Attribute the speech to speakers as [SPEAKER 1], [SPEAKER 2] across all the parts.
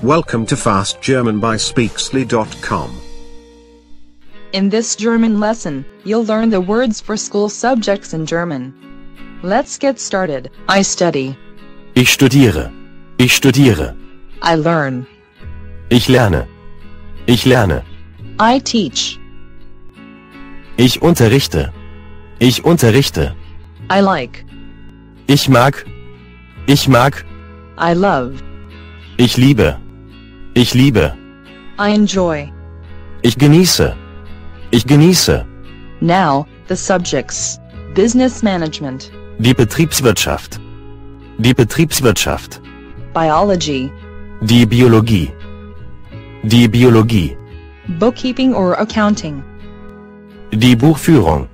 [SPEAKER 1] Welcome to Fast German by Speaksly.com.
[SPEAKER 2] In this German lesson, you'll learn the words for school subjects in German. Let's get started. I study.
[SPEAKER 3] Ich studiere. Ich studiere.
[SPEAKER 2] I learn.
[SPEAKER 3] Ich lerne. Ich lerne.
[SPEAKER 2] I teach.
[SPEAKER 3] Ich unterrichte. Ich unterrichte.
[SPEAKER 2] I like.
[SPEAKER 3] Ich mag. Ich mag.
[SPEAKER 2] I love.
[SPEAKER 3] Ich liebe. Ich liebe.
[SPEAKER 2] I enjoy.
[SPEAKER 3] Ich genieße. Ich genieße.
[SPEAKER 2] Now, the subjects. Business management,
[SPEAKER 3] Die Betriebswirtschaft. Die Betriebswirtschaft.
[SPEAKER 2] biology,
[SPEAKER 3] Die Biologie. Die Biologie.
[SPEAKER 2] bookkeeping or accounting,
[SPEAKER 3] Die Buchführung.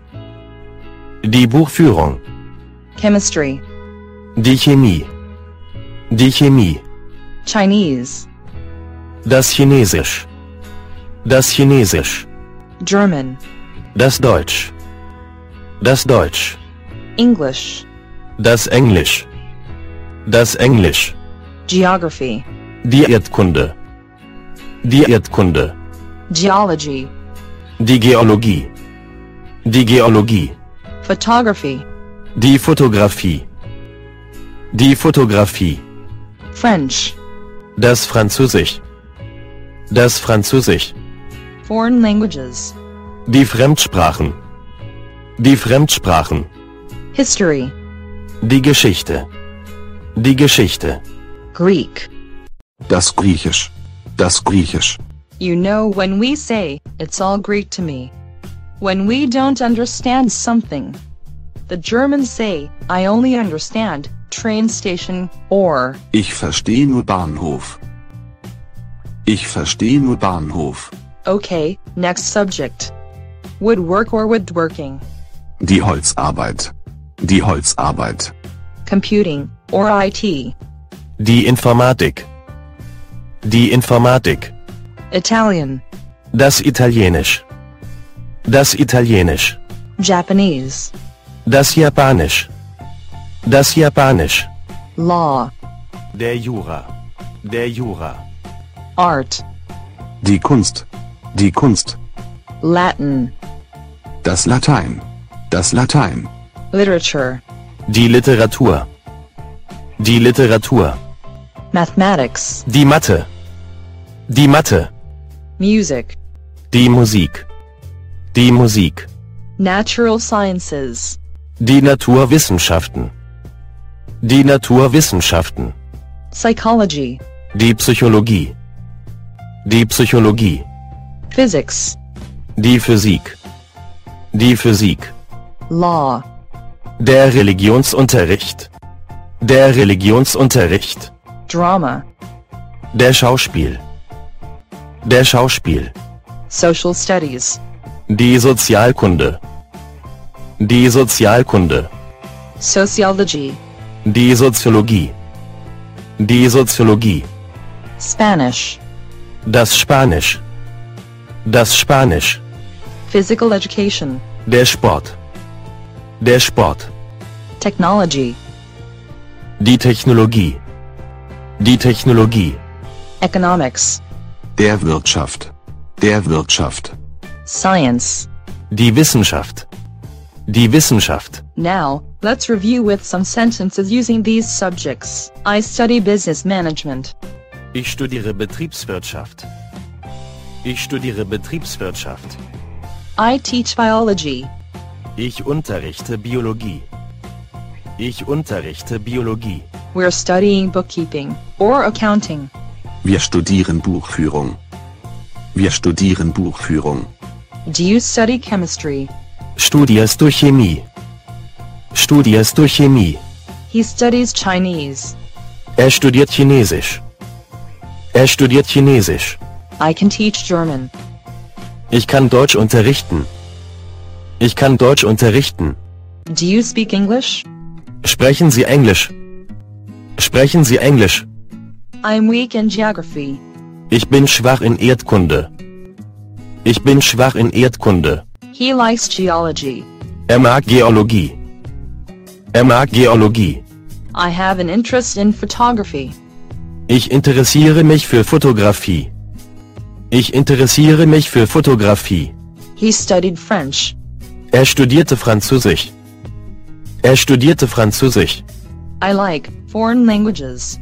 [SPEAKER 3] Die Buchführung.
[SPEAKER 2] chemistry,
[SPEAKER 3] Die Chemie. Die Chemie.
[SPEAKER 2] Chinese,
[SPEAKER 3] Das Chinesisch. Das Chinesisch.
[SPEAKER 2] German,
[SPEAKER 3] Das Deutsch. Das Deutsch.
[SPEAKER 2] English,
[SPEAKER 3] Das Englisch. Das Englisch.
[SPEAKER 2] geography,
[SPEAKER 3] Die Erdkunde. Die Erdkunde.
[SPEAKER 2] geology,
[SPEAKER 3] Die Geologie. Die Geologie.
[SPEAKER 2] photography,
[SPEAKER 3] Die Fotografie. Die Fotografie.
[SPEAKER 2] French,
[SPEAKER 3] Das Französisch. Das Französisch.
[SPEAKER 2] foreign languages,
[SPEAKER 3] Die Fremdsprachen. Die Fremdsprachen.
[SPEAKER 2] history,
[SPEAKER 3] Die Geschichte. Die Geschichte.
[SPEAKER 2] Greek.
[SPEAKER 1] Das Griechisch. Das Griechisch.
[SPEAKER 2] You know when we say, it's all Greek to me. When we don't understand something. The Germans say, I only understand train station or
[SPEAKER 4] Ich verstehe nur Bahnhof. Ich verstehe nur Bahnhof.
[SPEAKER 2] Okay, next subject. Woodwork or woodworking,
[SPEAKER 4] Die Holzarbeit. Die Holzarbeit.
[SPEAKER 2] computing, or IT,
[SPEAKER 3] Die Informatik. Die Informatik.
[SPEAKER 2] Italian,
[SPEAKER 3] Das Italienisch. Das Italienisch.
[SPEAKER 2] Japanese,
[SPEAKER 3] Das Japanisch. Das Japanisch.
[SPEAKER 2] law,
[SPEAKER 3] Der Jura. Der Jura.
[SPEAKER 2] art,
[SPEAKER 4] Die Kunst. Die Kunst.
[SPEAKER 2] Latin,
[SPEAKER 4] Das Latein. Das Latein.
[SPEAKER 2] literature,
[SPEAKER 3] Die Literatur. Die Literatur.
[SPEAKER 2] mathematics,
[SPEAKER 3] Die Mathe. Die Mathe.
[SPEAKER 2] music,
[SPEAKER 3] Die Musik. Die Musik.
[SPEAKER 2] natural sciences,
[SPEAKER 3] Die Naturwissenschaften. Die Naturwissenschaften.
[SPEAKER 2] psychology,
[SPEAKER 3] Die Psychologie. Die Psychologie.
[SPEAKER 2] physics,
[SPEAKER 3] Die Physik. Die Physik.
[SPEAKER 2] law,
[SPEAKER 3] Der Religionsunterricht. Der Religionsunterricht.
[SPEAKER 2] drama,
[SPEAKER 3] Der Schauspiel. Der Schauspiel.
[SPEAKER 2] social studies,
[SPEAKER 3] Die Sozialkunde. Die Sozialkunde.
[SPEAKER 2] sociology,
[SPEAKER 3] Die Soziologie. Die Soziologie.
[SPEAKER 2] Spanish,
[SPEAKER 3] Das Spanisch. Das Spanisch.
[SPEAKER 2] physical education,
[SPEAKER 3] Der Sport. Der Sport.
[SPEAKER 2] technology,
[SPEAKER 3] Die Technologie. Die Technologie.
[SPEAKER 2] economics,
[SPEAKER 4] Der Wirtschaft. Der Wirtschaft.
[SPEAKER 2] science.
[SPEAKER 3] Die Wissenschaft. Die Wissenschaft.
[SPEAKER 2] Now, let's review with some sentences using these subjects. I study business management.
[SPEAKER 3] Ich studiere Betriebswirtschaft. Ich studiere Betriebswirtschaft.
[SPEAKER 2] I teach biology.
[SPEAKER 3] Ich unterrichte Biologie. Ich unterrichte Biologie.
[SPEAKER 2] We're studying bookkeeping or accounting.
[SPEAKER 4] Wir studieren Buchführung. Wir studieren Buchführung.
[SPEAKER 2] Do you study chemistry?
[SPEAKER 3] Studierst du Chemie? Studierst du Chemie?
[SPEAKER 2] He studies Chinese.
[SPEAKER 3] Er studiert Chinesisch. Er studiert Chinesisch.
[SPEAKER 2] I can teach German.
[SPEAKER 3] Ich kann Deutsch unterrichten. Ich kann Deutsch unterrichten.
[SPEAKER 2] Do you speak English?
[SPEAKER 3] Sprechen Sie Englisch. Sprechen Sie Englisch.
[SPEAKER 2] I'm weak in geography.
[SPEAKER 3] Ich bin schwach in Erdkunde. Ich bin schwach in Erdkunde.
[SPEAKER 2] He likes geology.
[SPEAKER 3] Er mag Geologie. Er mag Geologie.
[SPEAKER 2] I have an interest in photography.
[SPEAKER 3] Ich interessiere mich für Fotografie. Ich interessiere mich für Fotografie.
[SPEAKER 2] He studied French.
[SPEAKER 3] Er studierte Französisch. Er studierte Französisch.
[SPEAKER 2] I like foreign languages.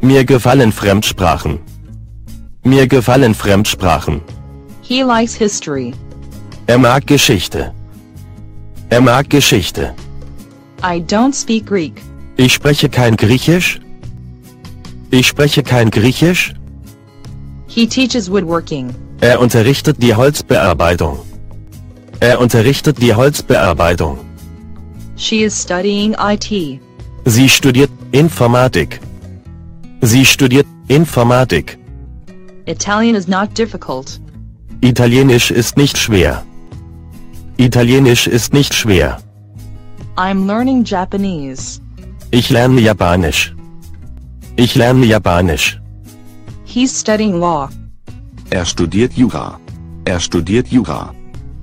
[SPEAKER 3] Mir gefallen Fremdsprachen. Mir gefallen Fremdsprachen.
[SPEAKER 2] He likes history.
[SPEAKER 3] Er mag Geschichte. Er mag Geschichte.
[SPEAKER 2] I don't speak Greek.
[SPEAKER 3] Ich spreche kein Griechisch. Ich spreche kein Griechisch.
[SPEAKER 2] He teaches woodworking.
[SPEAKER 3] Er unterrichtet die Holzbearbeitung. Er unterrichtet die Holzbearbeitung.
[SPEAKER 2] She is studying IT.
[SPEAKER 3] Sie studiert Informatik. Sie studiert Informatik.
[SPEAKER 2] Italian is not difficult.
[SPEAKER 3] Italienisch ist nicht schwer. Italienisch ist nicht schwer.
[SPEAKER 2] I'm learning Japanese.
[SPEAKER 3] Ich lerne Japanisch. Ich lerne Japanisch.
[SPEAKER 2] He's studying law.
[SPEAKER 4] Er studiert Jura. Er studiert Jura.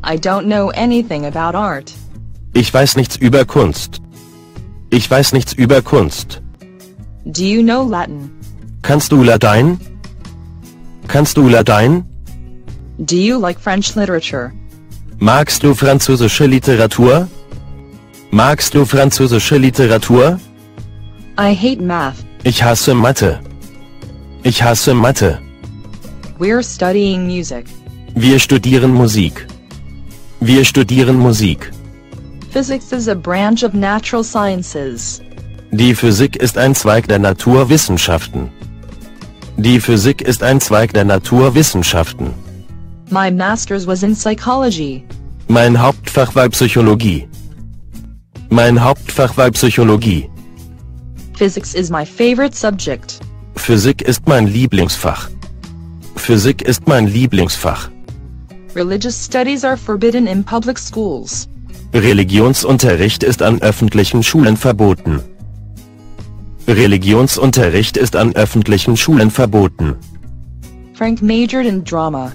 [SPEAKER 2] I don't know anything about art.
[SPEAKER 3] Ich weiß nichts über Kunst. Ich weiß nichts über Kunst.
[SPEAKER 2] Do you know Latin?
[SPEAKER 3] Kannst du Latein? Kannst du Latein?
[SPEAKER 2] Do you like French literature?
[SPEAKER 3] Magst du französische Literatur? Magst du französische Literatur?
[SPEAKER 2] I hate math.
[SPEAKER 3] Ich hasse Mathe. Ich hasse Mathe.
[SPEAKER 2] We're studying music.
[SPEAKER 3] Wir studieren Musik. Wir studieren Musik.
[SPEAKER 2] Physics is a branch of natural sciences.
[SPEAKER 3] Die Physik ist ein Zweig der Naturwissenschaften. Die Physik ist ein Zweig der Naturwissenschaften.
[SPEAKER 2] My master's was in psychology.
[SPEAKER 3] Mein Hauptfach war Psychologie. Mein Hauptfach war Psychologie.
[SPEAKER 2] Physics is my favorite subject.
[SPEAKER 3] Physik ist mein Lieblingsfach. Physik ist mein Lieblingsfach.
[SPEAKER 2] Religious studies are forbidden in public schools.
[SPEAKER 3] Religionsunterricht ist an öffentlichen Schulen verboten. Religionsunterricht ist an öffentlichen Schulen verboten.
[SPEAKER 2] Frank majored in drama.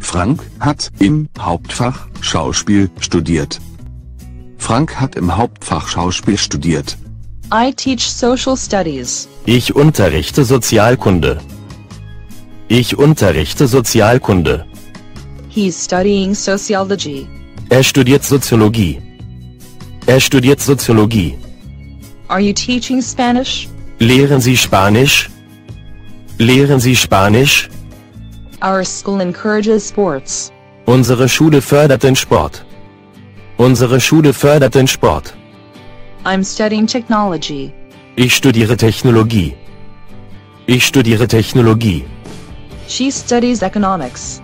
[SPEAKER 4] Frank hat im Hauptfach Schauspiel studiert. Frank hat im Hauptfach Schauspiel studiert.
[SPEAKER 2] I teach social studies.
[SPEAKER 3] Ich unterrichte Sozialkunde. Ich unterrichte Sozialkunde.
[SPEAKER 2] He's studying sociology.
[SPEAKER 3] Er studiert Soziologie. Er studiert Soziologie.
[SPEAKER 2] Are you teaching Spanish?
[SPEAKER 3] Lehren Sie Spanisch? Lehren Sie Spanisch?
[SPEAKER 2] Our school encourages sports.
[SPEAKER 3] Unsere Schule fördert den Sport. Unsere Schule fördert den Sport.
[SPEAKER 2] I'm studying technology.
[SPEAKER 3] Ich studiere Technologie. Ich studiere Technologie.
[SPEAKER 2] She studies economics.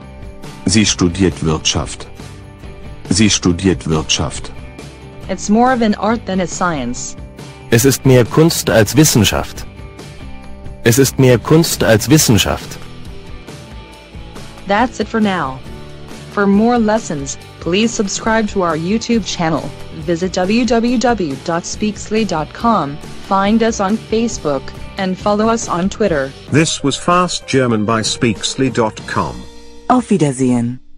[SPEAKER 4] Sie studiert Wirtschaft. Sie studiert Wirtschaft.
[SPEAKER 2] It's more of an art than a science.
[SPEAKER 3] Es ist mehr Kunst als Wissenschaft. Es ist mehr Kunst als Wissenschaft.
[SPEAKER 2] That's it for now. For more lessons, please subscribe to our YouTube channel, visit www.speaksley.com, find us on Facebook, and follow us on Twitter.
[SPEAKER 1] This was Fast German by Speaksly.com.
[SPEAKER 5] Auf Wiedersehen.